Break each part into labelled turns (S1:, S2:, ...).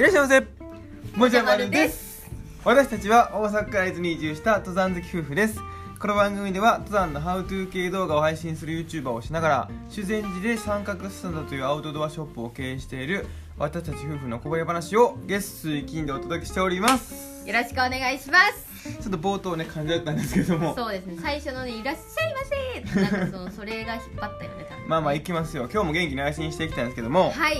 S1: らっしゃいませもじゃまる
S2: る
S1: です
S2: す
S1: 私たちは大阪から伊豆に移住した登山好き夫婦ですこの番組では登山のハウトゥー系動画を配信する YouTuber をしながら修善寺で三角スタンドというアウトドアショップを経営している私たち夫婦のこぼれ話を月水金でお届けしております
S2: よろしくお願いします
S1: ちょっと冒頭ね感じだったんですけども
S2: そうですね最初のね「いらっしゃいませ」ってなんかそのそれが引っ張ったよね多分
S1: まあまあいきますよ今日も元気に配信していきたいんですけども
S2: はい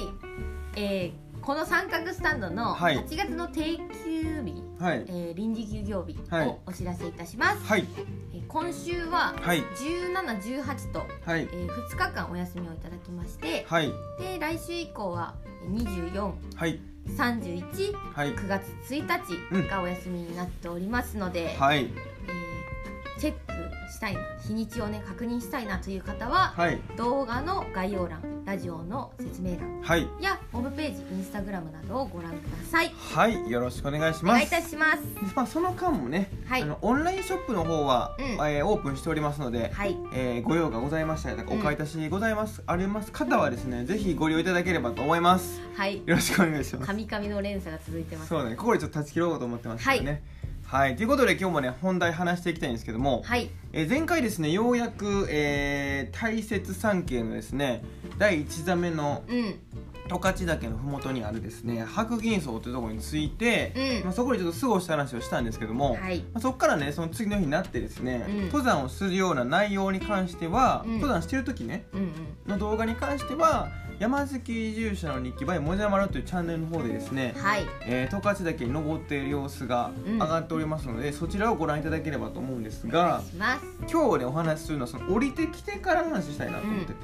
S2: えー、この三角スタンドの
S1: はい
S2: 8月の定休日、
S1: はい
S2: えー臨時休業日
S1: はい
S2: をお知らせいたします、
S1: はい
S2: えー今週は
S1: はい
S2: 1718と、
S1: はい
S2: えー、2日間お休みをいただきまして
S1: はい
S2: で来週以降は
S1: はい
S2: 2431
S1: はい
S2: 9月1日がお休みになっておりますので、
S1: はい
S2: えーチェックしたいな日にちをね確認したいなという方は
S1: はい
S2: 動画の概要欄ラジオの説明欄
S1: はい
S2: やホームページインスタグラムなどをご覧ください
S1: はいよろしくお願いし
S2: お
S1: ま
S2: 願い
S1: す
S2: いたします
S1: まあ、その間もね、
S2: はい
S1: あのオンラインショップの方は、
S2: うん
S1: えーオープンしておりますので、
S2: はい
S1: えーご用がございましたりとか
S2: う
S1: お
S2: ん
S1: 買い足しございます、あります方はですねぜひご利用いただければと思います
S2: はい
S1: よろしくお願いします
S2: 神々の連鎖が続いてま す
S1: そうねここでちょっと断ち切ろうと思ってますからねはい、ということで今日もね本題話していきたいんですけども、
S2: はい
S1: えー前回ですねようやく、えー、大雪山系のですね第1座目の
S2: うん
S1: 十勝岳の麓にあるですね白銀荘というところについて、
S2: うん
S1: まあ、そこでちょっと過ごした話をしたんですけども、
S2: はい
S1: まあ、そこからねその次の日になってですね、
S2: うん
S1: 登山をするような内容に関しては、
S2: うん
S1: 登山してる時ね
S2: うんうん
S1: の動画に関しては山好き移住者の日記 by もじゃまるというチャンネルの方でですね、
S2: はい
S1: えー十勝岳に登っている様子が
S2: うん
S1: 上がっておりますので、そちらをご覧いただければと思うんです
S2: お願
S1: が
S2: いします
S1: 今日ねお話しするのはその降りてきてからの話したいなと思ってて、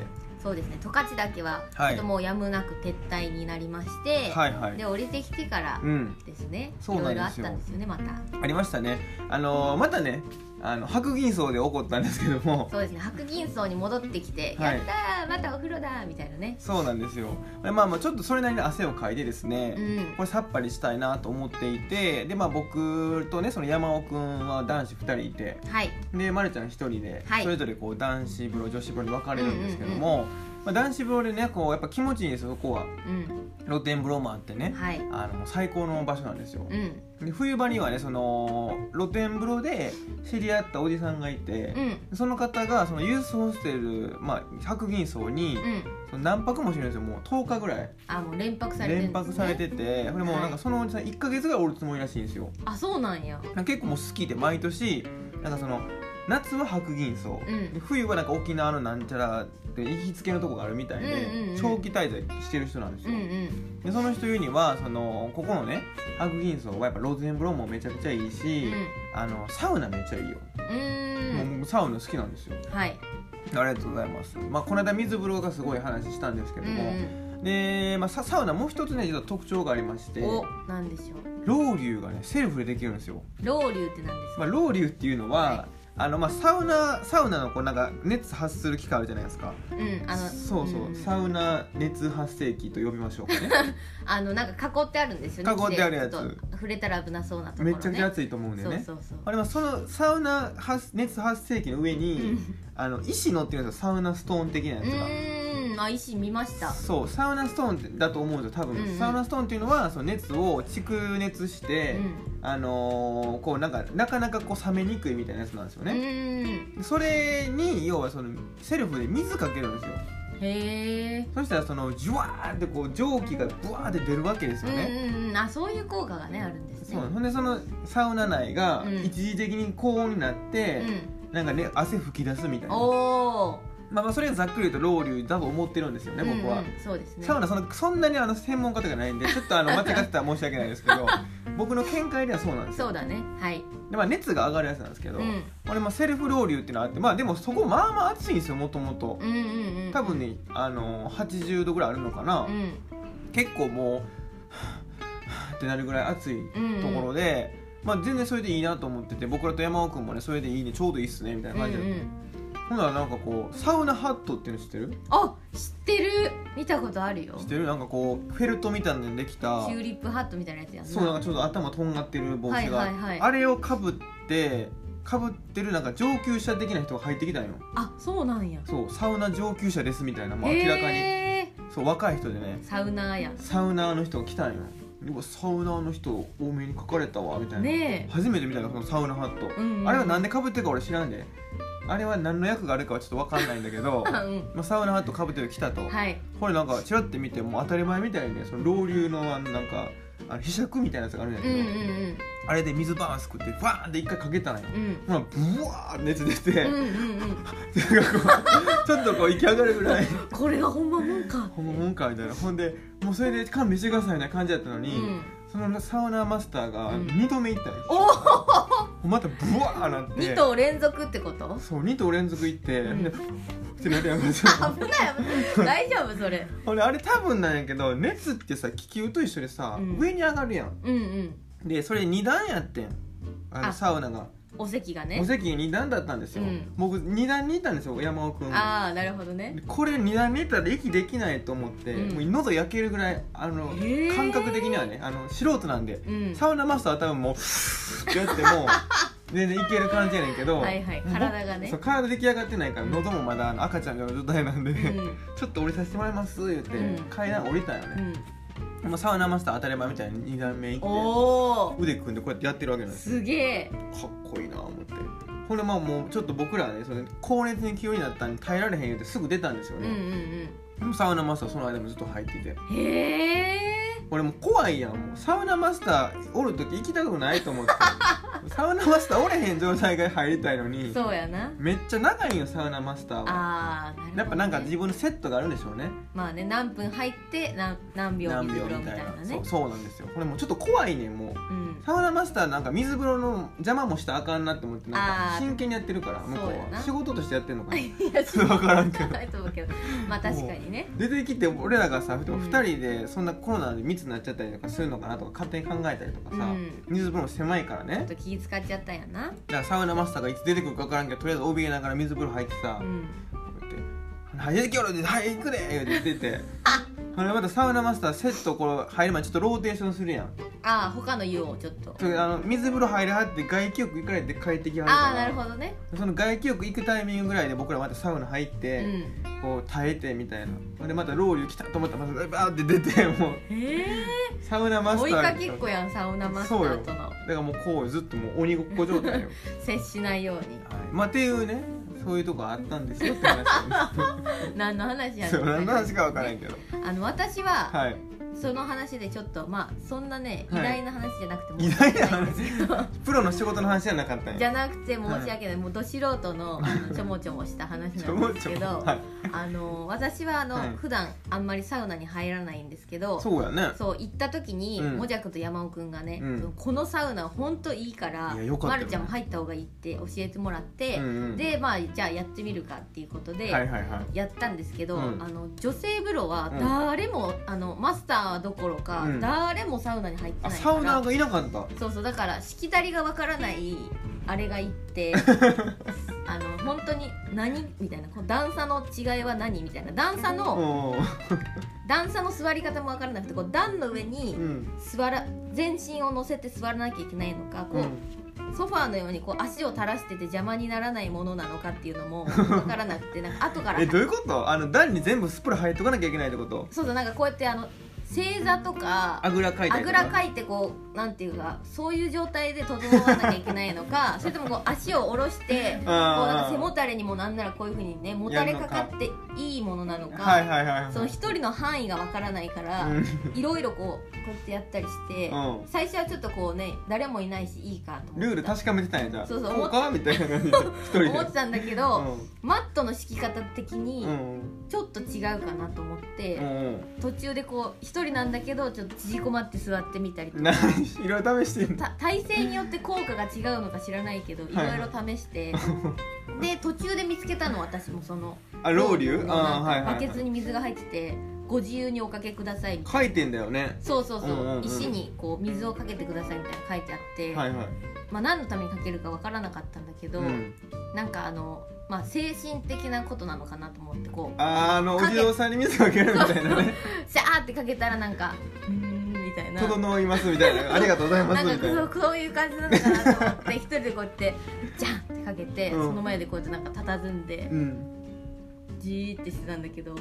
S2: そうですね十勝岳はちょ
S1: はい
S2: っともうやむなく撤退になりまして、
S1: はいはい
S2: で降りてきてから
S1: うん
S2: ですね、
S1: そう
S2: い
S1: な
S2: ろ
S1: ん
S2: いろ
S1: で
S2: あっ
S1: すよ
S2: たんですよねまた
S1: ありましたねあのーまたねあの白銀荘で起こったんですけども
S2: そうですね白銀荘に戻ってきて「
S1: はい
S2: やったーまたお風呂だ!」みたいなね
S1: そうなんですよでまあまあちょっとそれなりに汗をかいてですね、
S2: うん
S1: これさっぱりしたいなと思っていてでまあ僕とねその山尾くんは男子2人いて
S2: はい
S1: で、ま、るちゃん1人で、
S2: はい
S1: それぞれこう男子風呂女子風呂に分かれるんですけども、まあ、男子風呂でねこうやっぱ気持ちいいんですよそこは
S2: うん
S1: 露天風呂もあってね、
S2: はい
S1: あの最高の場所なんですよ、
S2: うん
S1: で冬場にはねその露天風呂で知り合ったおじさんがいて
S2: う、ん
S1: その方がそのユースホステル、まあ、白銀荘に、
S2: うん
S1: その何泊もしてるんですよもう10日ぐらい
S2: あもう連泊されてる
S1: 連
S2: んです
S1: 泊
S2: ね
S1: されててこれもうなん
S2: は
S1: か
S2: い
S1: そのおじさん1か月ぐらいおるつもりらしいんですよ
S2: あそうなんや
S1: なんか結構もう好きで毎年なんかその夏は白銀荘、
S2: うん
S1: で冬はなんか沖縄のなんちゃらって行きつけのとこがあるみたいで、
S2: うんうんうん
S1: 長期滞在してる人なんです
S2: うん
S1: よ、
S2: うん
S1: でその人言うにはそのここのね白銀荘はやっぱ露天風呂もめちゃくちゃいいし、
S2: うん
S1: あのサウナめっちゃいいよ、
S2: うーん
S1: もうサウナ好きなんですよ
S2: はい
S1: ありがとうございます、まあ、この間水風呂がすごい話したんですけ
S2: う
S1: ど
S2: ん
S1: も、で、まあ、ササウナもう一つね実は特徴がありまして
S2: うんおなんでしょう
S1: ロウリュがねセルフでできるんですよ、
S2: ロウリュってなんです
S1: ま
S2: か
S1: あ、ロウリュっていうのは、
S2: はい
S1: あのまあ、サウナサウナのこうなんか熱発する機械あるじゃないですか
S2: うんあの
S1: そうそう、
S2: ん
S1: サウナ熱発生器と呼びましょうかね
S2: あのなんか囲ってあるんですよね
S1: 囲ってあるやつ
S2: ちょっと触れたら危なそう なところ
S1: め
S2: ね
S1: っちゃくちゃ熱いと思うんでね
S2: そうそうそ
S1: あ
S2: う
S1: れはそのサウナ発熱発生器の上に、
S2: うん
S1: あの石乗ってるんですよサウナストーン的なや
S2: う
S1: つが。
S2: ーんあ石見ました
S1: そうサウナストーンだと思うんですよ多分、
S2: うんうん
S1: サウナストーンっていうのはその熱を蓄熱し
S2: う
S1: て、
S2: ん
S1: あのーこうなんかなかなかこう冷めにくいみたいなやつなんですよ
S2: う
S1: ね、
S2: ん
S1: それに要はそのセルフで水かけるんですよ
S2: へえ
S1: そしたらそのジュワーってこう蒸気がブワーって出るわけですよね、
S2: うんうんうん、あそういう効果がねあるんですね
S1: そうほんでそのサウナ内が
S2: うん
S1: 一時的に高温になって、なんかね汗噴き出すみたい
S2: うん、
S1: な
S2: おお、
S1: まあ、まあそれがざっくり言うとロウリュだと思ってるんですよね僕は、
S2: うんうんそうですね
S1: サウナそのそんなにあの専門家とかないんでちょっとあの間違ってたら申し訳ないです けど僕の見解ではそうなんですよ
S2: そうだねはい
S1: で、まあ、熱が上がるやつなんですけ
S2: う
S1: ど、
S2: ん
S1: 俺もセルフロウリュっていうのがあってまあでもそこまあまあ暑いんですよもともと
S2: うんうんうん
S1: 多分ね、あのー80度ぐらいあるのかな、
S2: うん
S1: 結構もうはぁはぁってなるぐらい暑い
S2: うんうん
S1: ところで、まあ、全然それでいいなと思ってて僕らと山尾君もねそれでいいねちょうどいいっすねみたいな
S2: うんう
S1: 感じで、
S2: ん
S1: ほんならなんかこうサウナハットっていうの知ってる
S2: あ知ってる見たことあるよ
S1: 知ってるなんかこうフェルトみたいなのでできた
S2: チューリップハットみたいなやつやんな
S1: そうなんかちょっと頭とんがってる帽子が、
S2: はいはいはい
S1: あれをかぶってかぶってるなんか上級者的な人が入ってきたんよ
S2: あそうなんや
S1: そうサウナ上級者ですみたいな、まあ、明らかに
S2: へ
S1: そう若い人でね
S2: ーサウナーや
S1: サウナーの人が来たんようわサウナーの人多めに書かれたわみたいな、
S2: ね
S1: 初めて見たのそのサウナハット、
S2: うんうん
S1: あれはなんでかぶってるか俺知らんであれは何の役があるかはちょっとわかんないんだけ ど
S2: え、うん、
S1: まあ、サウナハットかぶってきたと、
S2: はい
S1: これなんかチラッて見てもう当たり前みたいにねその老流のあのなんかあの柄杓みたいなやつがあるんや
S2: う
S1: け
S2: ん
S1: ど、
S2: うん
S1: あれで水バーンすくってバーンって一回かけたのよ、
S2: うん
S1: ほらブワーって熱出て、
S2: うんうん
S1: なんか
S2: うんうん
S1: こうちょっとこう行き上がるぐらい
S2: これがほんまもんか
S1: ほんまもんかみたいなほんでもうそれで勘弁してくださいみたいな感じだったの
S2: う
S1: に、
S2: ん
S1: そのサウナーマスターが
S2: うん
S1: 2度目行ったのよ、
S2: お
S1: またブワーなって
S2: 2頭連続ってこと
S1: そう2頭連続行って、
S2: うん
S1: でってなってやめて
S2: 危ない危ない大丈夫それ
S1: 俺あれ多分なんやけど熱ってさ気球と一緒でさ、
S2: うん
S1: 上に上がるやん
S2: うんうん
S1: でそれ2段やってんあの
S2: あ
S1: サウナが
S2: お席
S1: お
S2: がね
S1: 席2段だったんですよ、
S2: うん
S1: 僕2段にいたんですよ山尾くん
S2: ああなるほどね
S1: でこれ2段にいたら息できないと思って、
S2: うん
S1: もう喉焼けるぐらいあの、
S2: へー
S1: 感覚的にはねあの素人なんで、
S2: うん
S1: サウナマスターは多分もうフーってやって も全然いける感じやねんけど
S2: はいはい体がね
S1: そう体出来上がってないから喉もまだあの赤ちゃんの状態なんで、
S2: うん
S1: ちょっと降りさせてもらいます言って、
S2: うん
S1: 階段降りたんよ
S2: う
S1: ね、
S2: ん
S1: まあ、サウナマスター当たり前みたいに2段目行って
S2: おお
S1: 腕組んでこうやってやってるわけなんですよ
S2: すげえ
S1: かっこいいなぁ思ってほんでまあもうちょっと僕らはねその高熱に急になったんで耐えられへん言うてすぐ出たんですよ
S2: うんうん
S1: ね、でもサウナマスターその間もずっと入ってて
S2: うんへえ
S1: 俺もう怖いやんもうサウナマスターおる時行きたくないと思って サウナマスターおれへん状態が入りたいのに
S2: そうやな
S1: めっちゃ長いんよサウナマスターは
S2: ああ
S1: やっぱなんか自分のセットがあるんでしょうね
S2: まあね何分入って何何秒
S1: 何
S2: 水
S1: 秒
S2: 風呂
S1: み
S2: みた
S1: たい
S2: い
S1: な
S2: な
S1: そ
S2: ね
S1: うそうなんですよこれもうちょっと怖いねもう
S2: うん
S1: サウナマスターなんか水風呂の邪魔もしたらあかんなって思ってなんか
S2: あー
S1: 真剣にやってるから向こ
S2: そうや
S1: うは
S2: な
S1: 仕事としてやってんのかない
S2: や
S1: 分からんけど
S2: ないと思うけどまあ確かにね
S1: 出てきて俺らがさ
S2: ん
S1: 2人でそんなコロナで密になっちゃったりとかするのかなとか勝手に考えたりとかさ、
S2: うん
S1: 水風呂も狭いから
S2: ちょ
S1: ね
S2: っと気使っちゃったんやな
S1: だからサウナマスターがいつ出てくるか分からんけどとりあえず怯えながら水風呂入ってさ
S2: う
S1: こ
S2: ん
S1: うやって「はい出てきよるではい行くで!」って出てほんでまたサウナマスターセットこう入る前にちょっとローテーションするやん
S2: ああ他の湯をちょっと
S1: それあの水風呂入りはって外気浴行かれて帰ってきはるから
S2: ああなるほどね
S1: その外気浴行くタイミングぐらいで僕らまたサウナ入っ
S2: う
S1: て、
S2: ん
S1: こう耐えてみたいなほんでまたロウリュ来たと思ったらまたバーって出 てもう
S2: へえ
S1: サウナマスター
S2: 追いかけっこやんサウナマスタ
S1: そうよ
S2: ーと
S1: だか
S2: の
S1: らもうこうずっともう鬼ごっこ状態よ、はい、
S2: 接しないように
S1: まあっていうねそういうとこあったんですよって話
S2: 何の話やね
S1: そう何の話か分から
S2: い
S1: んけど
S2: あの私は、
S1: はい
S2: その話でちょっとまあそんなね偉
S1: はい
S2: 大な話じゃなくても
S1: 偉大な話
S2: んですけど
S1: プロの仕事の話じゃなかったん
S2: じ
S1: や
S2: ゃなくて申し訳ない、もうど素人のあのちょもちょもした話なんですけど、
S1: はい、
S2: あの私はあの、
S1: はい
S2: 普段あんまりサウナに入らないんですけど
S1: そうやね
S2: そう行った時に、
S1: うん
S2: もじゃくんと山尾くんがね、
S1: うん
S2: このサウナほんといいから
S1: いやよかったよ
S2: ま
S1: ね
S2: るちゃんも入った方がいいって教えてもらって、
S1: うんうん
S2: でまあじゃあやってみるかっていうことで、
S1: はいはいはい
S2: やったんですけど、
S1: うん
S2: あの女性風呂は
S1: うん
S2: 誰も、あのマスターどころか、
S1: うん
S2: 誰もサウナに入って
S1: あ
S2: ない
S1: サ
S2: か
S1: ウナ
S2: ら
S1: ーがいなかった
S2: そうそうだからしきたりがわからないあれがい てあの本当に何みたいなこう段差の違いは何みたいな段差の、
S1: おー
S2: 段差の座り方もわからなくてこう段の上に
S1: うん
S2: 座ら全身を乗せて座らなきゃいけないのかこう、ソファーのようにこう足を垂らしてて邪魔にならないものなのかっていうの もわからなくてなんか後から
S1: えどういうことあの段に全部スプレー入っとかなきゃいけないってこと
S2: そうそうなんかこうやってあの正座とか
S1: あぐらかいた
S2: あ
S1: り
S2: ぐ
S1: とから
S2: かいてこうなんていうかそういう状態で整わなきゃいけないの かそれともこう足を下ろしてこうなんか背もたれにもなんならこういうふうにねもたれかかっていいものなのか
S1: はいはいはいはい
S2: その一人の範囲がわからないから、
S1: うん
S2: いろいろこうこうやってやったりして、
S1: うん
S2: 最初はちょっとこうね誰もいないしいいかと思って
S1: ルール確かめてたんやじゃあ
S2: そうそう
S1: こうかみたいな感じで一人で
S2: 思ってたんだけ
S1: う
S2: ど、
S1: ん
S2: マットの敷き方的に
S1: うん
S2: ちょっと違うかなと思って、
S1: うん
S2: 途中でこう一人なんだけどちょっと縮こまって座ってみたり
S1: う
S2: と
S1: ん
S2: か
S1: な。いろいろ試してんの
S2: た体勢によって効果が違うのか知らないけどい
S1: はい
S2: ろいろ試して、で途中で見つけたの私もその
S1: あロウリュ
S2: の
S1: あ
S2: なん
S1: はい
S2: かバ
S1: はい
S2: ケツに水が入っててご自由におかけくださいみたいな
S1: 書いてんだよね
S2: そうそうそう,、
S1: うんうんうん
S2: 石にこう水をかけてくださいみたいなの書いてあって、
S1: はいはい
S2: まあ、何のためにかけるかわからなかったんだけど、
S1: うん
S2: なんかあの、まあ、精神的なことなのかなと思ってこう
S1: あーあのお地蔵さんに水かけるみたいなね
S2: シャーってかけたらなんか「うーん」みたいな。
S1: 整いますみたいなありがとうございます
S2: なん
S1: み
S2: か
S1: たい
S2: そ
S1: な
S2: うそういう感じなのかなと思って一人でこうやってジャンってかけて、
S1: うん
S2: その前でこうやってなんか佇んで
S1: うん
S2: じーってしてたんだけど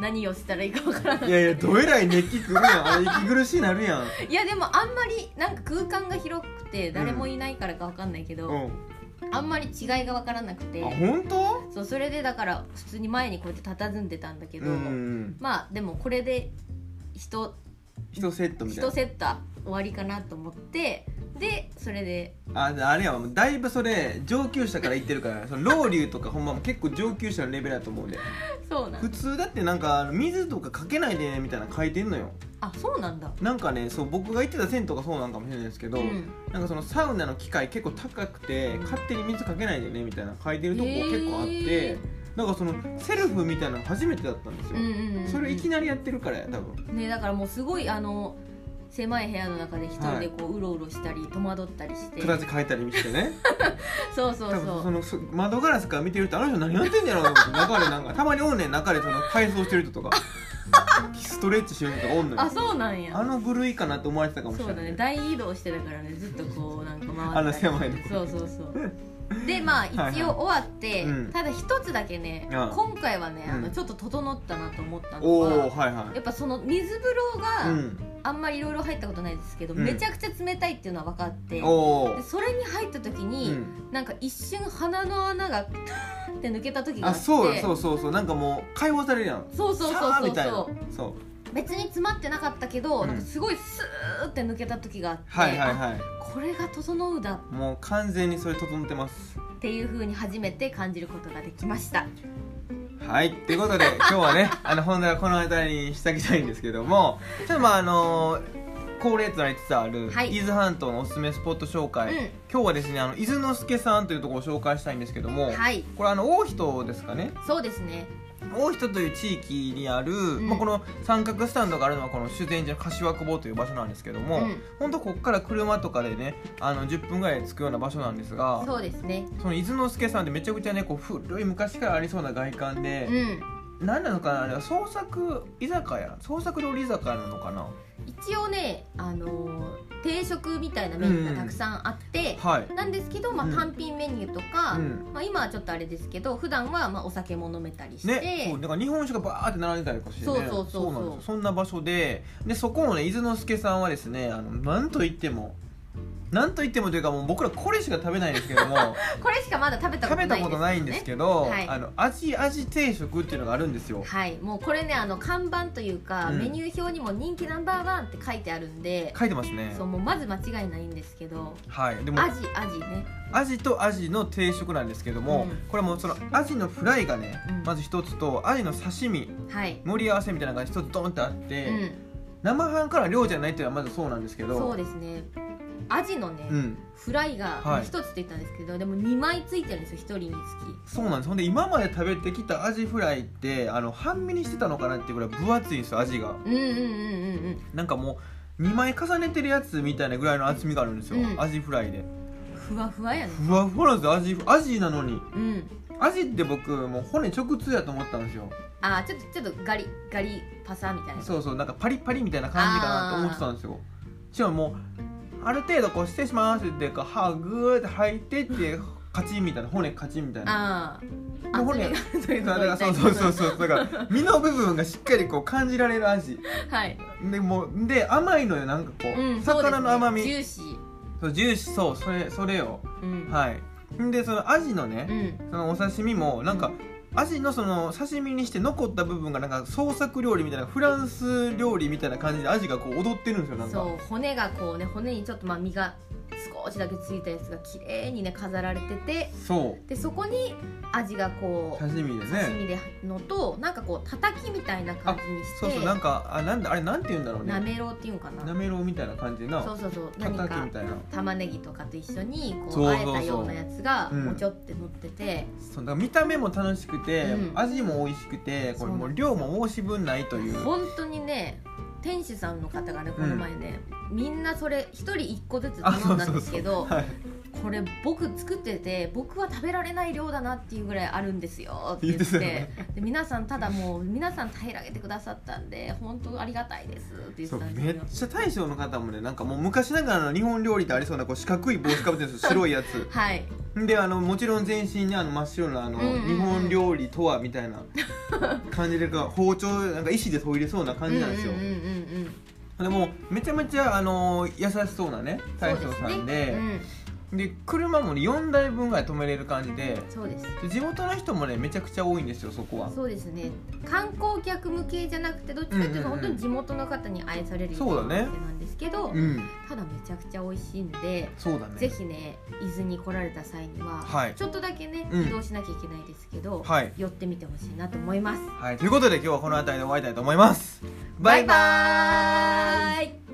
S2: 何をしたらいいかわからない
S1: いやいやどえらい熱気くるやんあれ息苦しいなるやん
S2: いやでもあんまりなんか空間が広くて誰もいないからかわかんないけど、
S1: うん
S2: あんまり違いがわからなくて
S1: あ本当
S2: そうそれでだから普通に前にこうやって佇んでたんだけど、
S1: うん
S2: まあでもこれで一
S1: 一セットみたい
S2: 一セット終わりかなと思ってでそれで
S1: なあであれやわもうだいぶそれ上級者から言ってるからそのロウリュとかほんま結構上級者のレベルだと思うで
S2: そうな
S1: 普
S2: ん
S1: 通だってなんかあの水とかかけないでねみたいなの書いてんのよ
S2: あそうなんだ
S1: なんかねそう僕が行ってた銭湯がそうなんかもしれないですけど、
S2: うん
S1: なんかそのサウナの機械結構高くて勝手に水かけないでねみたいな書いてるとこ結構あって、
S2: へー
S1: なんかそのセルフみたいなの初めてだったんです
S2: う
S1: よ、
S2: んうんうん、うん、
S1: それをいきなりやってるからや多分
S2: ねだからもうすごいあの狭い部屋の中で一人でこううろうろしたり戸惑ったりして
S1: 形変えたりしてね
S2: そう そう
S1: 多分
S2: そ
S1: そうのそ窓ガラスから見てるとあの人何やってんねやろなと思って中でなんかたまにおんねん中でその体操してる人 とかストレッチしてる人とかおんの
S2: あ
S1: よ
S2: そうなんや
S1: あの部類かなと思われてたかもしれ
S2: そ
S1: な
S2: う
S1: い
S2: だね大移動してたからねずっとこうなんか回って
S1: あの狭いとこ
S2: そうそ うそうでまあ
S1: いはい
S2: 一応終わって、
S1: うん
S2: ただ一つだけね、
S1: うん
S2: 今回はねあ
S1: う
S2: の
S1: ん
S2: ちょっと整ったなと思ったの
S1: お
S2: は、
S1: おはいは
S2: やっぱその水風呂
S1: い、う
S2: が
S1: ん、
S2: あんまりいろいろ入ったことないですけど、
S1: うん
S2: めちゃくちゃ冷たいっていうのは分かって、
S1: おお
S2: でそれに入った時に、
S1: うん
S2: なんか一瞬鼻の穴がって抜けた時があ
S1: あ
S2: って
S1: そうよそうそうそうなんかもう解放されるやん
S2: そうそうそう
S1: さあ
S2: そ
S1: み
S2: う
S1: たいな
S2: そう
S1: そう
S2: 別に詰まってなかったけど、
S1: うん
S2: なんかすごいスーって抜けた時があって、
S1: はいはいはい
S2: あこれが整うだ
S1: もう完全にそれ整ってます
S2: っていう風に初めて感じることができました
S1: はいという ことで今日はねあの本題はこの辺りにしてきたいんですけどもちょっとまああのー恒例となりつつある、
S2: はい
S1: 伊豆半島のおすすめスポット紹介、
S2: うん
S1: 今日はですねあの伊豆の助さんというところを紹介したいんですけども、
S2: はい
S1: これあの大人ですかね
S2: そうですね
S1: 大人という地域にある、
S2: ん
S1: まあ、この三角スタンドがあるのはこの修善寺の柏久保という場所なんですけども、
S2: うん
S1: ほんとこっから車とかでねあの10分ぐらいで着くような場所なんですが
S2: そうですね
S1: その伊豆の助さんってめちゃくちゃねこう古い昔からありそうな外観
S2: う
S1: で、
S2: ん
S1: 何なのかなあれは創作居酒屋創作料理居酒屋なのかな
S2: 一応ねあのー定食みたいなメニューがたくさんあって、
S1: はい
S2: なんですけど、まあ、
S1: うん
S2: 単品メニューとか、
S1: うん
S2: まあ、今はちょっとあれですけど普段はまあお酒も飲めたりして、
S1: ね、そうだから日本酒がバーって並んでたりとかして、ね、
S2: そうそうそうそう
S1: なんですよそんな場所ででそこのね伊豆の助さんはですねあのなんといってもなんといってもというかもう僕らこれしか食べないんですけども
S2: これしかま だ食べたこ
S1: 食
S2: とな
S1: べ
S2: い
S1: た
S2: んで
S1: こ
S2: す
S1: とないんです
S2: け
S1: けど、
S2: はい
S1: あの味味定食っていうのがあるんですよ
S2: ど、はいもうこれねあの看板というか、
S1: うん
S2: メニュー表にも人気ナンバーワンって書いてあるんで、
S1: 書いてますね
S2: そうもうまず間違いないんですけど
S1: はいでも
S2: アジアジね
S1: アジとアジの定食なんですけども、
S2: うん
S1: これもうそのアジのフライがね、
S2: うん
S1: まず一つとアジの刺身
S2: はい、
S1: 盛り合わせみたいなのが一つドンってあって、
S2: うん
S1: 生半から量じゃないっていうのはまずそうなんですけど
S2: そうですねアジのね、
S1: うん、
S2: フライが
S1: はい
S2: 1つって言ったんですけど、でも2枚ついてるんですよ1人につ
S1: そうなんですほんで今まで食べてきたアジフライってあの半身にしてたのかなっていうぐらい分厚いんですよアジが
S2: きうんうんうん
S1: なんかもう2枚重ねてるやつみたいなぐらいの厚みがあるんですよ、
S2: うん
S1: アジフライで
S2: うんふわふわやね
S1: ふわふわなんですよアジフアジなのに
S2: うん
S1: アジって僕もう骨直通やと思ったんですよ
S2: あーちょっとちょっとガリガリパサみたいな
S1: そうそうなんかパリパリみたいな感じかなと思ってたんですよしかももうある程度こう失礼しますっていうか歯グーって入ってってカチンみたいな骨カチンみたいな
S2: あーあ
S1: もう骨
S2: それがそうい
S1: だからそ
S2: うこと
S1: うそうそうそうだから身の部分がしっかりこう感じられる味
S2: はい、
S1: でもうで甘いのよなんかこう、
S2: うん、そうです
S1: 魚
S2: ね
S1: の甘み
S2: ジューシー
S1: そうジューシーそうそれそれを
S2: うん、
S1: はいんでそのアジの
S2: う
S1: ね、
S2: ん、
S1: そのお刺身もなんか、
S2: うん
S1: アジのその刺身にして残った部分がなんか創作料理みたいなフランス料理みたいな感じでアジがこう踊ってるんですよなんか
S2: そう骨がこうね骨にちょっとまあ身が少しだけついたやつが綺麗にね飾られてて
S1: そう
S2: でそこに味がこう
S1: 刺身で
S2: 刺
S1: ね
S2: 身でのとなんかこうたたきみたいな感じにして
S1: そうそうなんかあなんだあれなんて言うんだろう
S2: な
S1: ね
S2: めろうっていうんかな
S1: なめろうみたいな感じでな
S2: そうそうそう
S1: た
S2: 何
S1: たきみ
S2: か
S1: たいな
S2: 玉ねぎとかと一緒にこ
S1: そうう
S2: あ
S1: そう
S2: え
S1: そう
S2: たようなやつが
S1: うん
S2: もちょって乗ってて、
S1: そうだから見た目も楽しくて、
S2: うん
S1: 味も美味しくてこれもう量も申し分ないという
S2: 本当にね店主さんの方がねこの前ね、みんなそれ一人一個ずつ頼んだんですけど
S1: はい
S2: これ僕作ってて僕は食べられない量だなっていうぐらいあるんですよって言って
S1: 言ってたよね
S2: で皆さんただもう皆さん平らげてくださったんで本当ありがたいですって言って
S1: そう
S2: たん
S1: め
S2: で
S1: っ
S2: すよ
S1: ちゃ大将の方もねなんかもう昔ながらの日本料理でありそうなこう四角い帽子かぶってるんですよ白いや つ
S2: はい
S1: であのもちろん全身にあの真っ白なあの、
S2: うんうんうん
S1: 日本料理とはみたいな感じでこう包丁なんか石で研いでそうな感じなんですよ、
S2: うんうんうんうんうん
S1: でもめちゃめちゃあの優しそうなね大将さんでで,、車も、ね、4台分ぐらい止めれる感じで
S2: そうですね
S1: で地元の人もねめちゃくちゃ多いんですよそこ
S2: う
S1: は
S2: ん、そうですそうですね観光客向けじゃなくてどっちかというと
S1: うんうんうん
S2: 本当に地元の方に愛されるよ
S1: そうだ
S2: うな
S1: ね
S2: お店なんですけど、
S1: うん
S2: ただめちゃくちゃ美味しいんで
S1: そうだね
S2: ぜひね伊豆に来られた際には、
S1: はい
S2: ちょっとだけね
S1: うん
S2: 移動しなきゃいけないですけど、
S1: はい、
S2: 寄ってみてほしいなと思います
S1: はい、ということで今日はこの辺りで終わりたいと思います
S2: バイバーイ